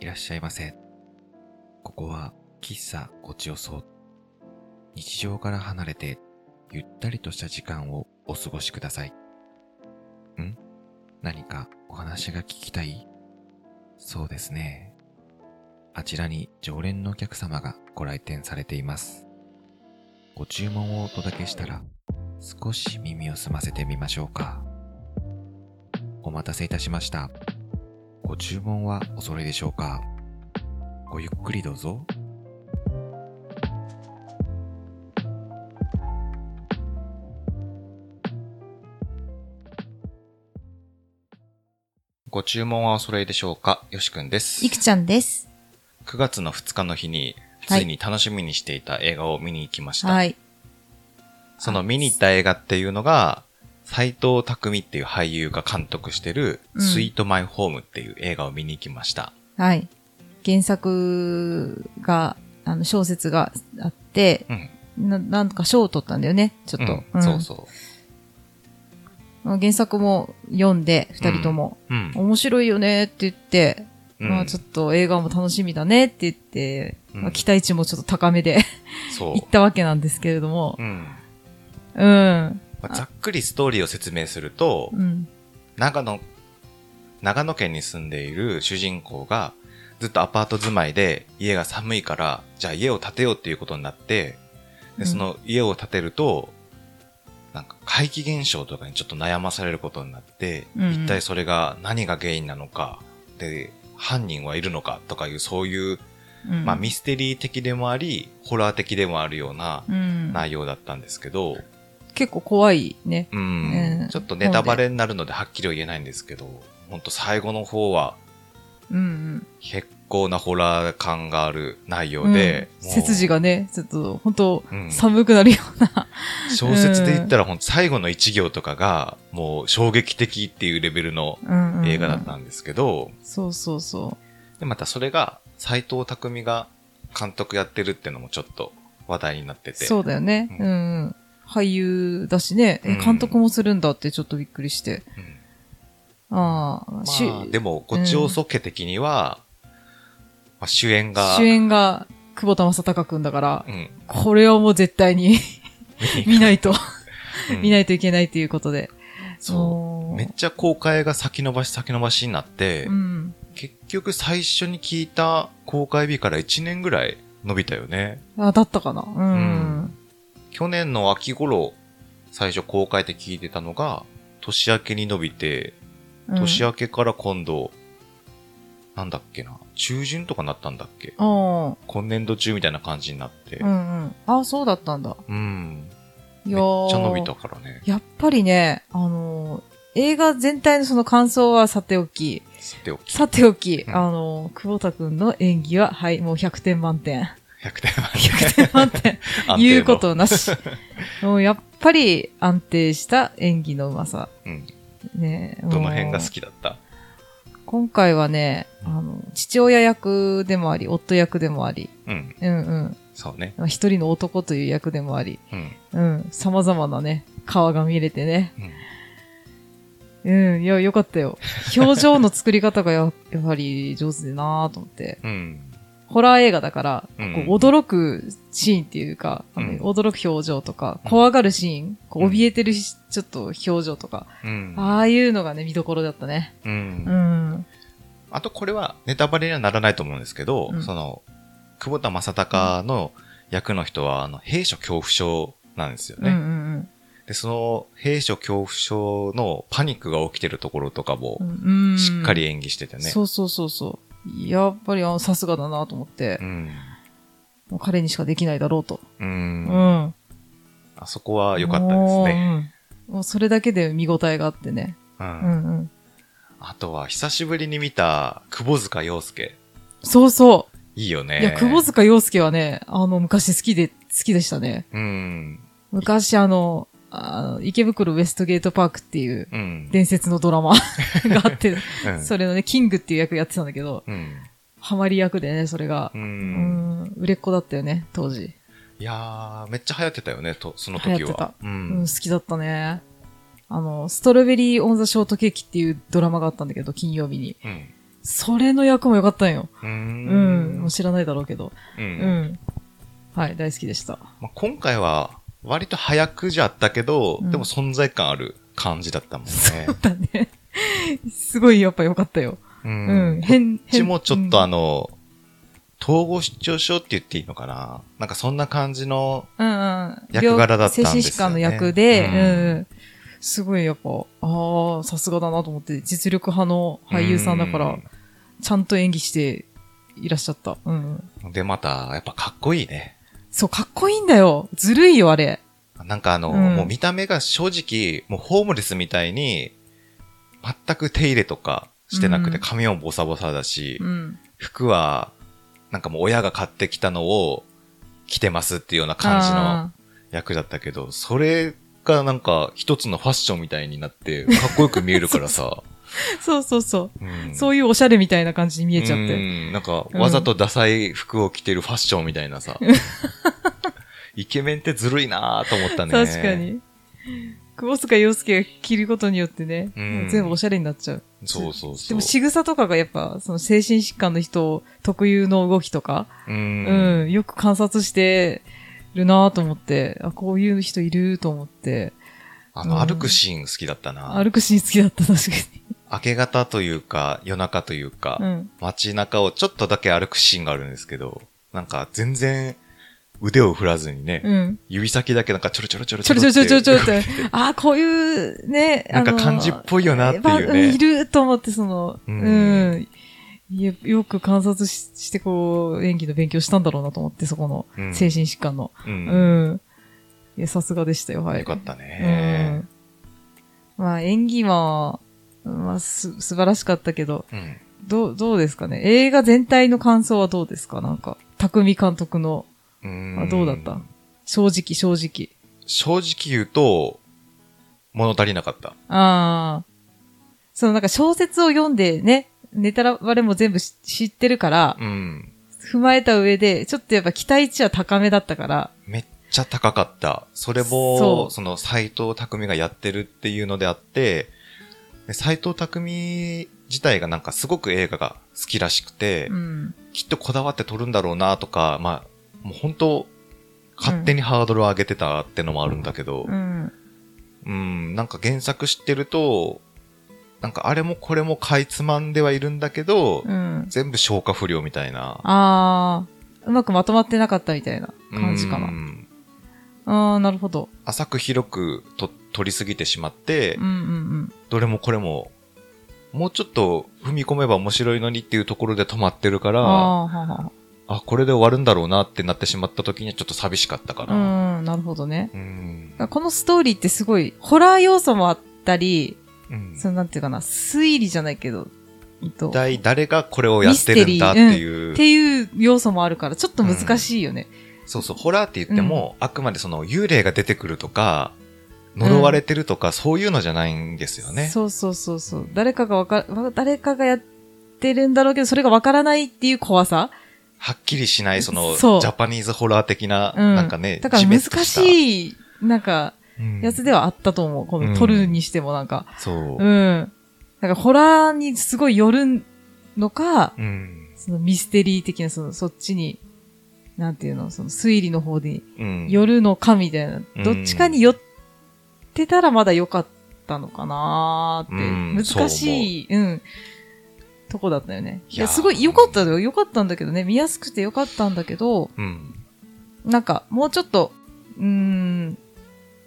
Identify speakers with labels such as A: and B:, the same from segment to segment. A: らっしゃいませ。ここは喫茶ごちよそ。日常から離れて、ゆったりとした時間をお過ごしください。ん何かお話が聞きたいそうですね。あちらに常連のお客様がご来店されています。ご注文をお届けしたら、少し耳を澄ませてみましょうか。お待たせいたしました。ご注文はお揃いでしょうかごゆっくりどうぞ。ご注文はお揃いでしょうかよしくんです
B: いくちゃんです。
A: 9月の2日の日に、
B: は
A: つ
B: い
A: いに楽しみにしていた映画を見に行きました。
B: はい。
A: その見に行った映画っていうのが、斎藤匠っていう俳優が監督してる、
B: うん
A: スイートマイホームっていう映画を見に行きました。
B: はい。原作が、あの、小説があって、
A: うん。
B: ななんとか賞を取ったんだよね、ちょっと。
A: うん
B: ん
A: そうそ
B: 原作も読んで、二人とも、
A: う。うん。
B: 面白いよねって言って、
A: うん
B: まあちょっと映画も楽しみだねって言って、
A: うん
B: まあ期待値もちょっと高めで
A: そ
B: 行ったわけなんですけれども
A: う。う、ん。
B: うん、
A: まあざっくりストーリーを説明すると
B: う、ん、
A: 長野、長野県に住んでいる主人公が、ずっとアパート住まいで家が寒いから、じゃあ家を建てようっていうことになって、
B: う
A: で
B: ん
A: その家を建てると、なんか怪奇現象とかにちょっと悩まされることになって、
B: うんうん
A: 一体それが何が原因なのか、で、犯人はいるのかとかいうそういう、
B: うん。
A: まあミステリー的でもあり、ホラー的でもあるような
B: うん、
A: 内容だったんですけど、
B: 結構怖いね。
A: うん、
B: うん
A: ちょっとネタバレになるのではっきりは言えないんですけど、ほんと最後の方は
B: うん、
A: 結構なホラー感がある内
B: う
A: 容
B: ん。
A: で、
B: うん、
A: もう
B: 背筋がね、ちょっと本当、
A: うん
B: 寒くなるような。
A: 小説で言ったらほんと最後の一行とかがもう衝撃的っていうレベルの
B: うんうん
A: 映画だったんですけど、
B: そうそうそ
A: でまたそれが斎藤匠が監督やってるってのもちょっと話題になって
B: う。
A: て、
B: そうだよね。
A: う
B: うん。俳優だしね、え
A: うん
B: 監督もするんだってちょっとびっくりして。
A: うん
B: ああ、し
A: まあ、でもごちおそ家的には、まあ主演が
B: 主演が久保田正孝くんだから、
A: うん、
B: これはもう絶対 に見ないと、見
A: い、
B: ないといけないということで。
A: そう
B: もう
A: めっちゃ公開が先延ばし先延ばしになって、
B: うん。
A: 結局最初に聞いた公開日から1年ぐらい伸びたよね。
B: あ、だったかな。うん。
A: 去年の秋頃、最初公開って聞いてたのが、年明けに伸びて、
B: うん
A: 年明けから今度、なんだっけな、中旬とかなったんだっけ
B: あ
A: 今年度中みたいな感じになって
B: あ、う、んうん。ああ、そうだったんだ。
A: うん。
B: い
A: めっ
B: やー
A: ちゃ伸びたからね。
B: やっぱりね、あのー映画全体のその感想はさておき、
A: さておき、
B: さておき、
A: うん
B: あのー久保田くんの演技は、はい、もう100点満点。
A: 100点満
B: 100点満点。
A: 安定の
B: 言うこ。と なし。もうやっぱり安定した演技のうまさ。
A: うん。
B: ね、
A: どの辺が
B: も
A: 好
B: う
A: きだった
B: 今回はね、
A: う
B: あ
A: ん
B: の、父親役でもあり、夫役でもあり、
A: うん。
B: うんうん
A: そうね。
B: まあ。一人の男という役でもあり、
A: うん。
B: うん。様々なね、顔が見れてね。
A: うん
B: うん。いや、よかったよ。表情の作り方がややはり上手だなぁと思って。
A: うん。
B: ホラー映画だから、
A: うん
B: こう驚くシーンっていうか、あの
A: うん
B: 驚く表情とか、
A: うん
B: 怖がるシーン、こう
A: うん
B: 怯えてるしちょっと表情とか、
A: うん。
B: ああいうのがね、見どころだったね。
A: うん
B: うん。
A: あとこれはネタバレにはならないと思うんですけど、
B: うん
A: その、久保田正孝の役の人は、あの、兵所恐怖症なんですよ
B: うんう
A: ね。
B: ん
A: で、その、兵所恐怖症のパニックが起きてるところとかも
B: う、ん。うん
A: しっかり演技しててね。
B: そうそうそうそう。やっぱりあのさすがだなと思って、
A: うん。
B: もう彼にしかできないだろうと。
A: う。
B: うんん。
A: あそこは良かったですね。
B: ね。うんもうそれだけで見応えがあってね。
A: う。
B: うんんうん。
A: あとは、久しぶりに見た、久保塚洋介。
B: そうそ
A: いいよ
B: う。
A: ね。
B: いや、久保塚洋介はね、あの、昔好きで、好きでしたね。
A: うん。
B: 昔あの、あの池袋ウエストゲートパークっていう
A: うん。
B: 伝説のド ラマがあって、
A: うん、
B: それのね、キングっていう役やってたんだけど、
A: うん。
B: ハマり役でね、それが
A: う。。
B: うんん、売れっ子だったよね、当時。
A: いやー、めっちゃ流行ってたよね、と、その時は。
B: 流行ってた
A: う
B: うん、
A: ん。
B: 好きだったね。あの、ストロベリー・オン・ザ・ショートケーキっていうドラマがあったんだけど、金曜日に。
A: うん。
B: それの役も良かったんよ。
A: うー
B: うん。
A: ん
B: もう。知らないだろうけど。
A: う。
B: うんん。はい、大好きでした。
A: まあ今回は、割と早くじゃったけど、
B: うん
A: でも存在感ある感じだったもんね。
B: だね。すごいやっぱ良かったよ。
A: う
B: うん。
A: ん。こ
B: 変、
A: っち
B: 変。
A: もちょっとあ
B: の、
A: の、統合失調症って言っていいのかななんかそんな感じの、
B: うんうん。
A: 役柄だったんですよね
B: 病精神疾患の役で、
A: う
B: うんん。すごいやっぱ、ああ、さすがだなと思って、実力派の俳優さんだか
A: う
B: ら、ちゃんと演技していらっしゃった。うん。
A: ん。で、また、やっぱかっこいいね。
B: そう、かっこいいんだよ。ずるいよ、あれ。
A: なんかあの、
B: うん
A: もう見た目が正直、もうホームレスみたいに、全く手入れとかしてなくて、
B: うん
A: 髪もボサボサだし、
B: うん。
A: 服は、なんかもう親が買ってきたのを着てますっていうような感じの
B: あ
A: 役だったけど、それがなんか一つのファッションみたいになって、かっこよく見えるからさ、
B: ー。 そうそうそう。
A: うん
B: そういうおしゃれみたいな感じに見えちゃっ
A: う
B: て。
A: んなんか、
B: うん
A: わざとダサい服を着てるファッションみたいなさ。 イケメンってずるいなぁと思ったね。
B: 確か。に。久保塚洋介が着ることによってね、
A: うん
B: 全部おしゃれになっちゃう。
A: そうそうそう。
B: でも仕草とかがやっぱ、その精神疾患の人特有の動きとか、
A: う
B: うんん、よく観察してるなぁと思って、あ、こういう人いると思って、
A: あの、
B: うん
A: 歩くシーン好きだったな。
B: 歩くシーン好きだった、確
A: 明け方というか、夜中というか、
B: かに。うん。
A: 街中をちょっとだけ歩くシーンがあるんですけど、なんか全然腕を振らずにね、
B: うん。
A: 指先だけなんかちょろちょろちょろ
B: ちょろちょろちょろちょろちょろっ
A: って
B: て、 あ、こういうね、
A: なんか感じっぽいよなっていうね
B: ばいると思って、その、
A: う
B: うんん。よよく観察しして、こう、演技の勉強したんだろうなと思って、そこの、
A: うん
B: 精神疾患の。
A: う。
B: うんん。いや、さすがでしたよ、はい。
A: よかった
B: う
A: ね。
B: ん。まあ、演技は、まあ、す、素晴らしかったけど、
A: うん。
B: どう、どうですかね映画全体の感想はどうですかなんか、匠監督の、
A: うん
B: あどうだった正直、正直。
A: 正直言うと、物足りなかった。
B: ああ。そのなんか小説を読んでね、ネタバレも全部し知ってるから、
A: うん。
B: 踏まえた上で、ちょっとやっぱ期待値は高めだったから、
A: めっちゃ高かった。それ
B: そ
A: も、
B: う
A: その斎藤匠がやってるっていうのであって、で斎藤匠自体がなんかすごく映画が好きらしくて、
B: うん。
A: きっとこだわって撮るんだろうなとか、まあ、もう本当、勝手にハードルを上げてたってのもあるんだけど、
B: うん。
A: うん、なんか原作知ってると、なんかあれもこれもかいつまんではいるんだけど、
B: うん。
A: 全部消化不良みたいな
B: ああ、うまくまとまってなかったみたいな感じか
A: う
B: な。
A: ん
B: ああ、なるほど。
A: 浅く広くと取りすぎてしまって、
B: うんうん
A: どれもこれも、もうちょっと踏み込めば面白いのにっていうところで止まってるか
B: うん。
A: ら、
B: あ
A: あ
B: あ、はは
A: これで終わるんだろうなってなってしまった時にはちょっと寂しかったかな。
B: は。うん、なるほどね。
A: うん。
B: このストーリーってすごい、ホラー要素もあったり、
A: うん
B: そのなんていうかな、推理じゃないけど、うんと
A: 一体誰がこれをやってるんだっていう、
B: っていう要素もあるから、ちょっと難しいよね。
A: そうそう、ホラーって言っても、あくまでその幽霊が出てくるとか、呪われてるとか、そういうのじゃないんですよね。
B: そうそうそうそう。誰かがわか、わ誰かがやってるんだろうけど、それがわからないっていう怖さ。
A: はっきりしない、その、ジ
B: そう
A: ャパニーズホラー的な、
B: うん
A: なんかね、
B: だから
A: じめ
B: 難
A: っとた
B: しい、なんか、
A: うん
B: やつではあったと思う。こ
A: うん
B: の撮るにしてもなんか。
A: そう
B: う。ん。なんかホラーにすごい寄るのか、
A: うん。
B: そのミステリー的な、その、そっちに、なんていうの、その推理の方に
A: うん。
B: 寄るのかみたいな、
A: うん
B: どっちかに寄ってたらまだ良かったのかな
A: うん
B: ーって、難しい、うん、とこだったよね。
A: い
B: い
A: や
B: や、すごい良かったよ。良かったんだけどね、見やすくて良かったんだけど、
A: うん。
B: なんか、もうちょっと、うーん、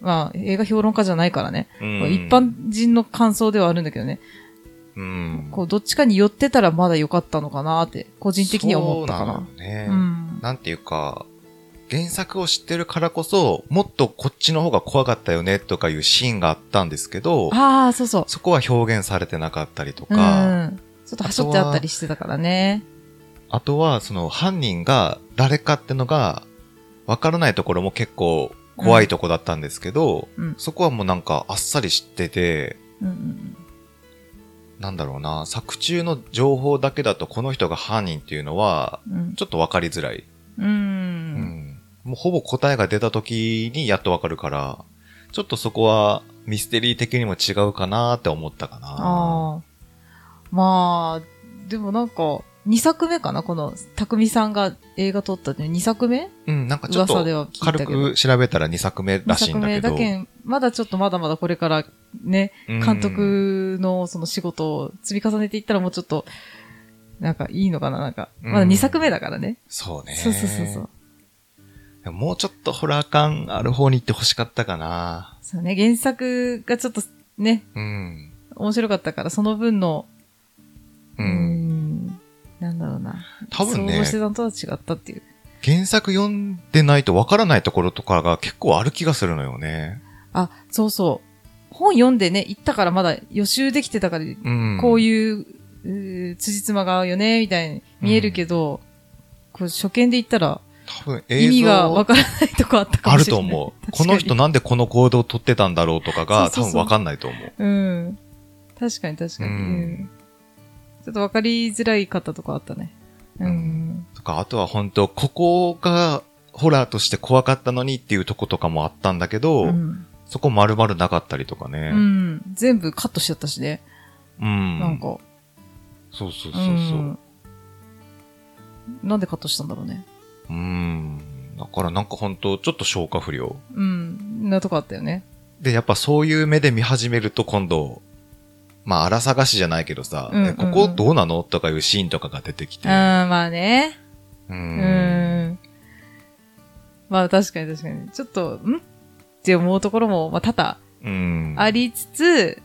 B: まあ、映画評論家じゃないからね、
A: うん
B: 一般人の感想ではあるんだけどね、
A: うん。
B: こう、どっちかに寄ってたらまだ良かったのかなーって、個人的には思ったか
A: そう
B: な。
A: のよね。
B: うん。
A: なんていうか、原作を知ってるからこそ、もっとこっちの方が怖かったよねとかいうシーンがあったんですけど、
B: ああ、そうそう。
A: そこは表現されてなかったりと
B: う
A: か、
B: ん。ちょっと端折ってあったりしてたからね。
A: あとはその犯人が誰かってのが、わからないところも結構怖いとこだったんですけど、
B: うん
A: そこはもうなんかあっさり知ってて、
B: うんうん
A: なんだろうな、作中の情報だけだとこの人が犯人っていうのは、
B: うん
A: ちょっとわかりづらい。
B: うん。うん。
A: もうほぼ答えが出た時にやっとわかるから、ちょっとそこはミステリー的にも違うかなって思ったかな。
B: ああ。まあ、でもなんか、2作目かなこの、匠さんが映画撮ったって2作目
A: うん、なんかちょっ
B: 噂
A: と
B: では聞いたけ
A: 軽
B: ど。
A: く調べたら2作目らしいんだけど。
B: 二作目だけん、まだちょっとまだまだこれからね、
A: うん
B: 監督のその仕事を積み重ねていったらもうちょっと、なんかいいのかななんか。まだ
A: うん
B: 2作目だからね。
A: そうね。
B: そうそうそうそう。
A: でももうちょっとホラー感ある方に行ってほしかったかな。
B: そうね、原作がちょっとね、
A: うん。
B: 面白かったから、その分の、
A: う。
B: うんん、なんだろうな。
A: 多分
B: 想
A: ね
B: 像し、てたのとは違ったっていう。
A: 原作読んでないとわからないところとかが結構ある気がするのよね。
B: あ、そうそう。本読んでね、行ったからまだ予習できてたから、
A: うん。
B: こう
A: う。
B: いう、うー辻褄が合うよね、みたいに見えるけど、こう初見で行ったら、
A: 多分
B: 意
A: 映
B: 味がわ
A: 像
B: からないとこあったか
A: あ
B: も
A: る
B: しれ
A: と
B: ない。
A: 思う。
B: 確か
A: こ
B: に
A: の人なんでこの行動を取ってたんだろうとかが
B: そ
A: 多
B: うそうそう
A: 分わかんないと思う。
B: うん。確かに確かに。
A: う
B: うんんちょっとわかりづらい方とかあったね。うん。
A: うんとか、あとは本当ここがホラーとして怖かったのにっていうとことかもあったんだけど、
B: うん
A: そこ丸々なかったりとか
B: う
A: ね。
B: ん。全部カットしちゃったしね。
A: うん。
B: なんか。
A: そうそう
B: う
A: そうそう。
B: ん。なんでカットしたんだろうね。
A: うーん。だからなんか本当ちょっと消化不良。
B: うん。なとこあったよね。
A: で、やっぱそういう目で見始めると今度、まあ、荒探しじゃないけどさ、
B: うんうんうん
A: えここどうなのとかいうシーンとかが出てきて。
B: うん、まあね。
A: う。
B: うんん。まあ確かに確かに。ちょっと、んって思うところも、まあ多々
A: うん。
B: ありつつ、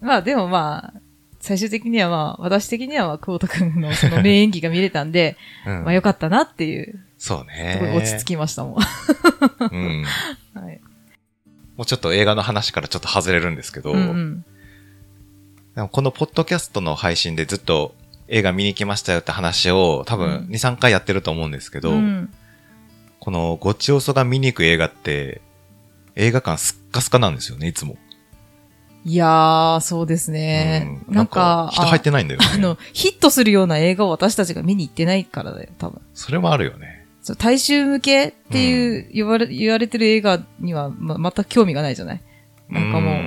B: まあでもまあ、最終的にはまあ、私的にはまあ、久保田くんのその名演技が見れたんで、
A: うん
B: まあ良かったなっていう、
A: そうね
B: す。ごい落ち着きましたもん。
A: うん。
B: はい。
A: もうちょっと映画の話からちょっと外れるんですけど、
B: うんうん。
A: でもこのポッドキャストの配信でずっと映画見に来ましたよって話を多分2、
B: うん
A: 3回やってると思うんですけど、
B: うん
A: このごちおそが見に行く映画って、映画館すっかすかなんですよね、いつも。
B: いやー、そうですね。
A: うん
B: なんか、
A: 人入ってないんだよね。
B: ああの、ヒットするような映画を私たちが見に行ってないからだよ、多分。
A: それもあるよね。
B: そう大衆向けっていう、言われ、言われてる映画には、ま、全く興味がないじゃないなんかも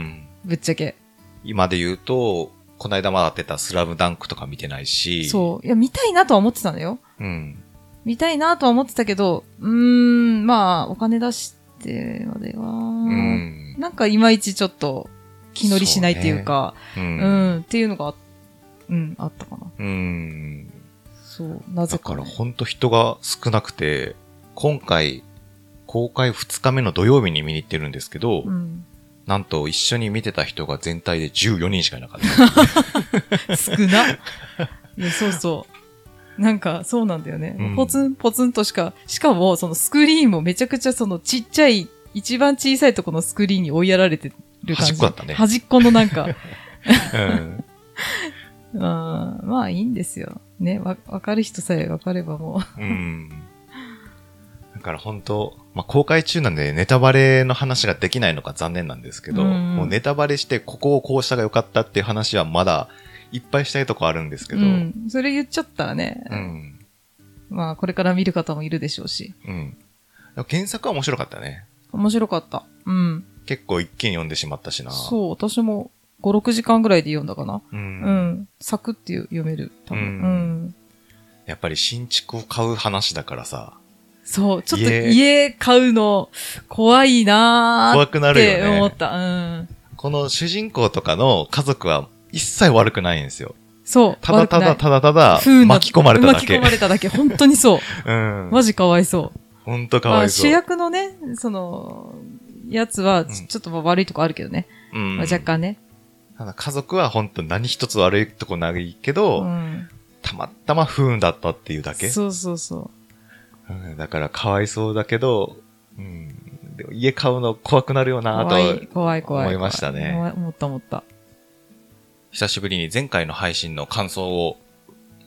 B: うぶっちゃけ。
A: 今で言うと、こないだまだ出たスラムダンクとか見てないし。
B: そう。いや、見たいなとは思ってたのよ。
A: う。うん。
B: 見たいなとは思ってたけど、うーん、まあ、お金出してまでは、
A: うん。
B: なんかいまいちちょっと気乗りしないっていうか、
A: う。
B: うんん、っていうのが、うん、あったかな。
A: うん。
B: そう、なぜ
A: だ
B: か
A: か
B: ね、
A: らほんと人が少なくて、今回、公開2日目の土曜日に見に行ってるんですけど、
B: うん。
A: なんと一緒に見てた人が全体で14人しかいなかった。
B: 少な。いや、そうそう。なんか、そうなんだよね。
A: うん
B: ポツンポツンとしか、しかも、そのスクリーンもめちゃくちゃそのちっちゃい、一番小さいとこのスクリーンに追いやられてる感じ。
A: 端っこだったね
B: 端っこのなんか、
A: うん。
B: うん、まあいいんですよ。ね、わ、わかる人さえわかればもう。
A: うん。だから本当、まあ、公開中なんでネタバレの話ができないのが残念なんですけど、
B: うん
A: もうネタバレしてここをこうしたが良かったっていう話はまだいっぱいしたいとこあるんですけど、
B: う
A: うん。
B: ん、それ言っちゃったらね、
A: うん。
B: まあこれから見る方もいるでしょうし、
A: でも原作は面白かったね。
B: 面白かった。うん。
A: 結構一気に読んでしまったしな。
B: そう、私も5、6時間ぐらいで読んだかな。
A: う。
B: うんん。サクって読める。多分。
A: う
B: うんん。
A: やっぱり新築を買う話だからさ、
B: そう、ちょっと
A: 家
B: 家買うの怖いなー
A: 怖
B: っ
A: くなる
B: て
A: よ
B: 思っ
A: ね。
B: た。うん。
A: この主人公とかの家族は一切悪くないんですよ。
B: そう。
A: ただただ
B: 悪く
A: た
B: ない
A: だただ
B: 不運な
A: 巻き込まれただ
B: 巻き
A: け
B: 込。まれただけ。本当にそう。
A: うん。
B: マジかわいそう。
A: ほんとかわいそう。
B: まあ、主役のね、その、やつは、ち
A: うん
B: ちょっとまあ悪いとこあるけどね。
A: うん
B: まあ、若干ね。
A: ただ家族は本当何一つ悪いとこないけど、
B: うん。
A: たまたま不運だったっていうだけ。
B: そうそうそう。
A: うんだからかわいそうだけど、うん、でも家買うの怖くなるよな
B: 怖い、
A: と、
B: 怖い、怖い。
A: 思いましたね
B: 怖い思った、思った。
A: 久しぶりに前回の配信の感想を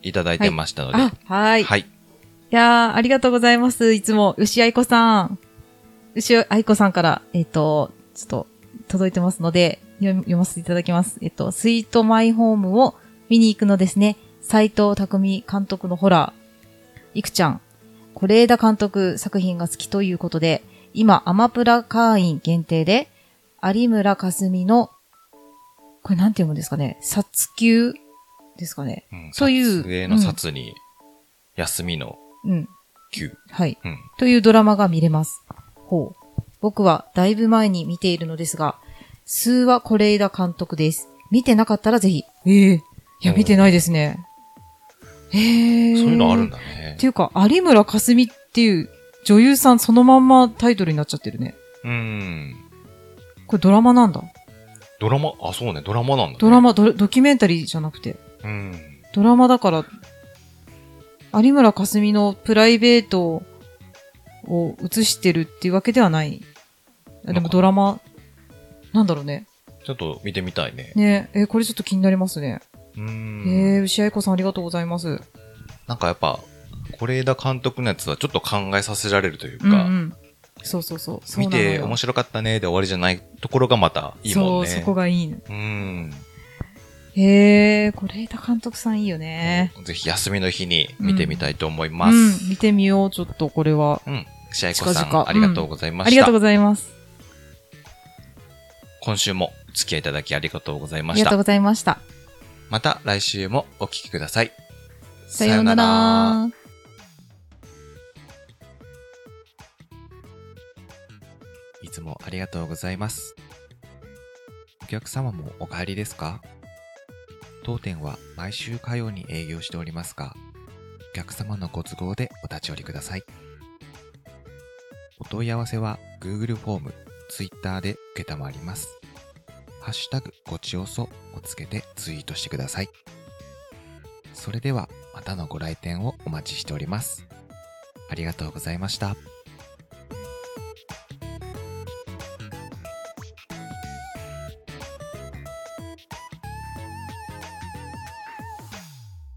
A: いただいてましたので、
B: あ、はい。い、
A: はい。
B: やー、ありがとうございます。いつも、牛愛子さん。牛愛子さんから、えっ、と、ちょっと、届いてますので、読み読ませていただきます。えっ、と、スイートマイホームを見に行くのですね。斎藤匠監督のホラー。いくちゃん。是枝監督作品が好きということで、今、アマプラ会員限定で、有村架純の、これなんて読むんですかね、殺球ですかね。
A: うん
B: そういう
A: 撮影の札に、休みの
B: うん。
A: 9。
B: はい。
A: うん。
B: というドラマが見れます。ほう。僕はだいぶ前に見ているのですが、数は是枝監督です。見てなかったらぜひ。ええいや、
A: おー
B: 見てないですね。ええ
A: そういうのあるん
B: だ。
A: だね
B: って。いうか、有村架純っていう女優さんそのまんまタイトルになっちゃってるね。
A: うん。
B: これドラマなんだ。
A: ドラマ、あ、そうね、ドラマなんだ、ね。
B: ドラ。マ、ドドキュメンタリーじゃなくて。
A: うん。
B: ドラマだから、有村架純のプライベートを映してるっていうわけではない。あでもドラマ、なんだろうね。
A: ちょっと見てみたいね。
B: ねえ、えこれちょっと気になりますね。
A: う
B: え
A: ん。
B: えー、牛愛子さんありがとうございます。
A: なんかやっぱ、是枝監督のやつはちょっと考えさせられるという
B: うんう
A: か、
B: ん。そうそうそう。そう
A: 見て面
B: 白
A: 白かったねで終わりじゃないところがまたいいもんね。
B: そう、そこがいいね。
A: うん。
B: へえ、是枝監督さんいいよね。
A: ぜひ休みの日に見てみたいと思いま
B: うん
A: す。、
B: 見てみよう、ちょっとこれは。
A: うん。シャイコさ
B: 近々
A: ん、ありがとうございま
B: あ
A: し
B: り
A: た。
B: がとうございます。
A: 今週もお付き合いいただきありがとうござい
B: あ
A: ま
B: り
A: し
B: がと
A: た。
B: うございました。
A: また来週もお聞きください。
B: さようなら。
A: いつもありがとうございます。お客様もお帰りですか当店は毎週火曜に営業しておりますが、お客様のご都合でお立ち寄りください。お問い合わせは Google フォーム、Twitter で受けたまります。ハッシュタグごちおそをつけてツイートしてください。それではまたのご来店をお待ちしております。ありがとうございました。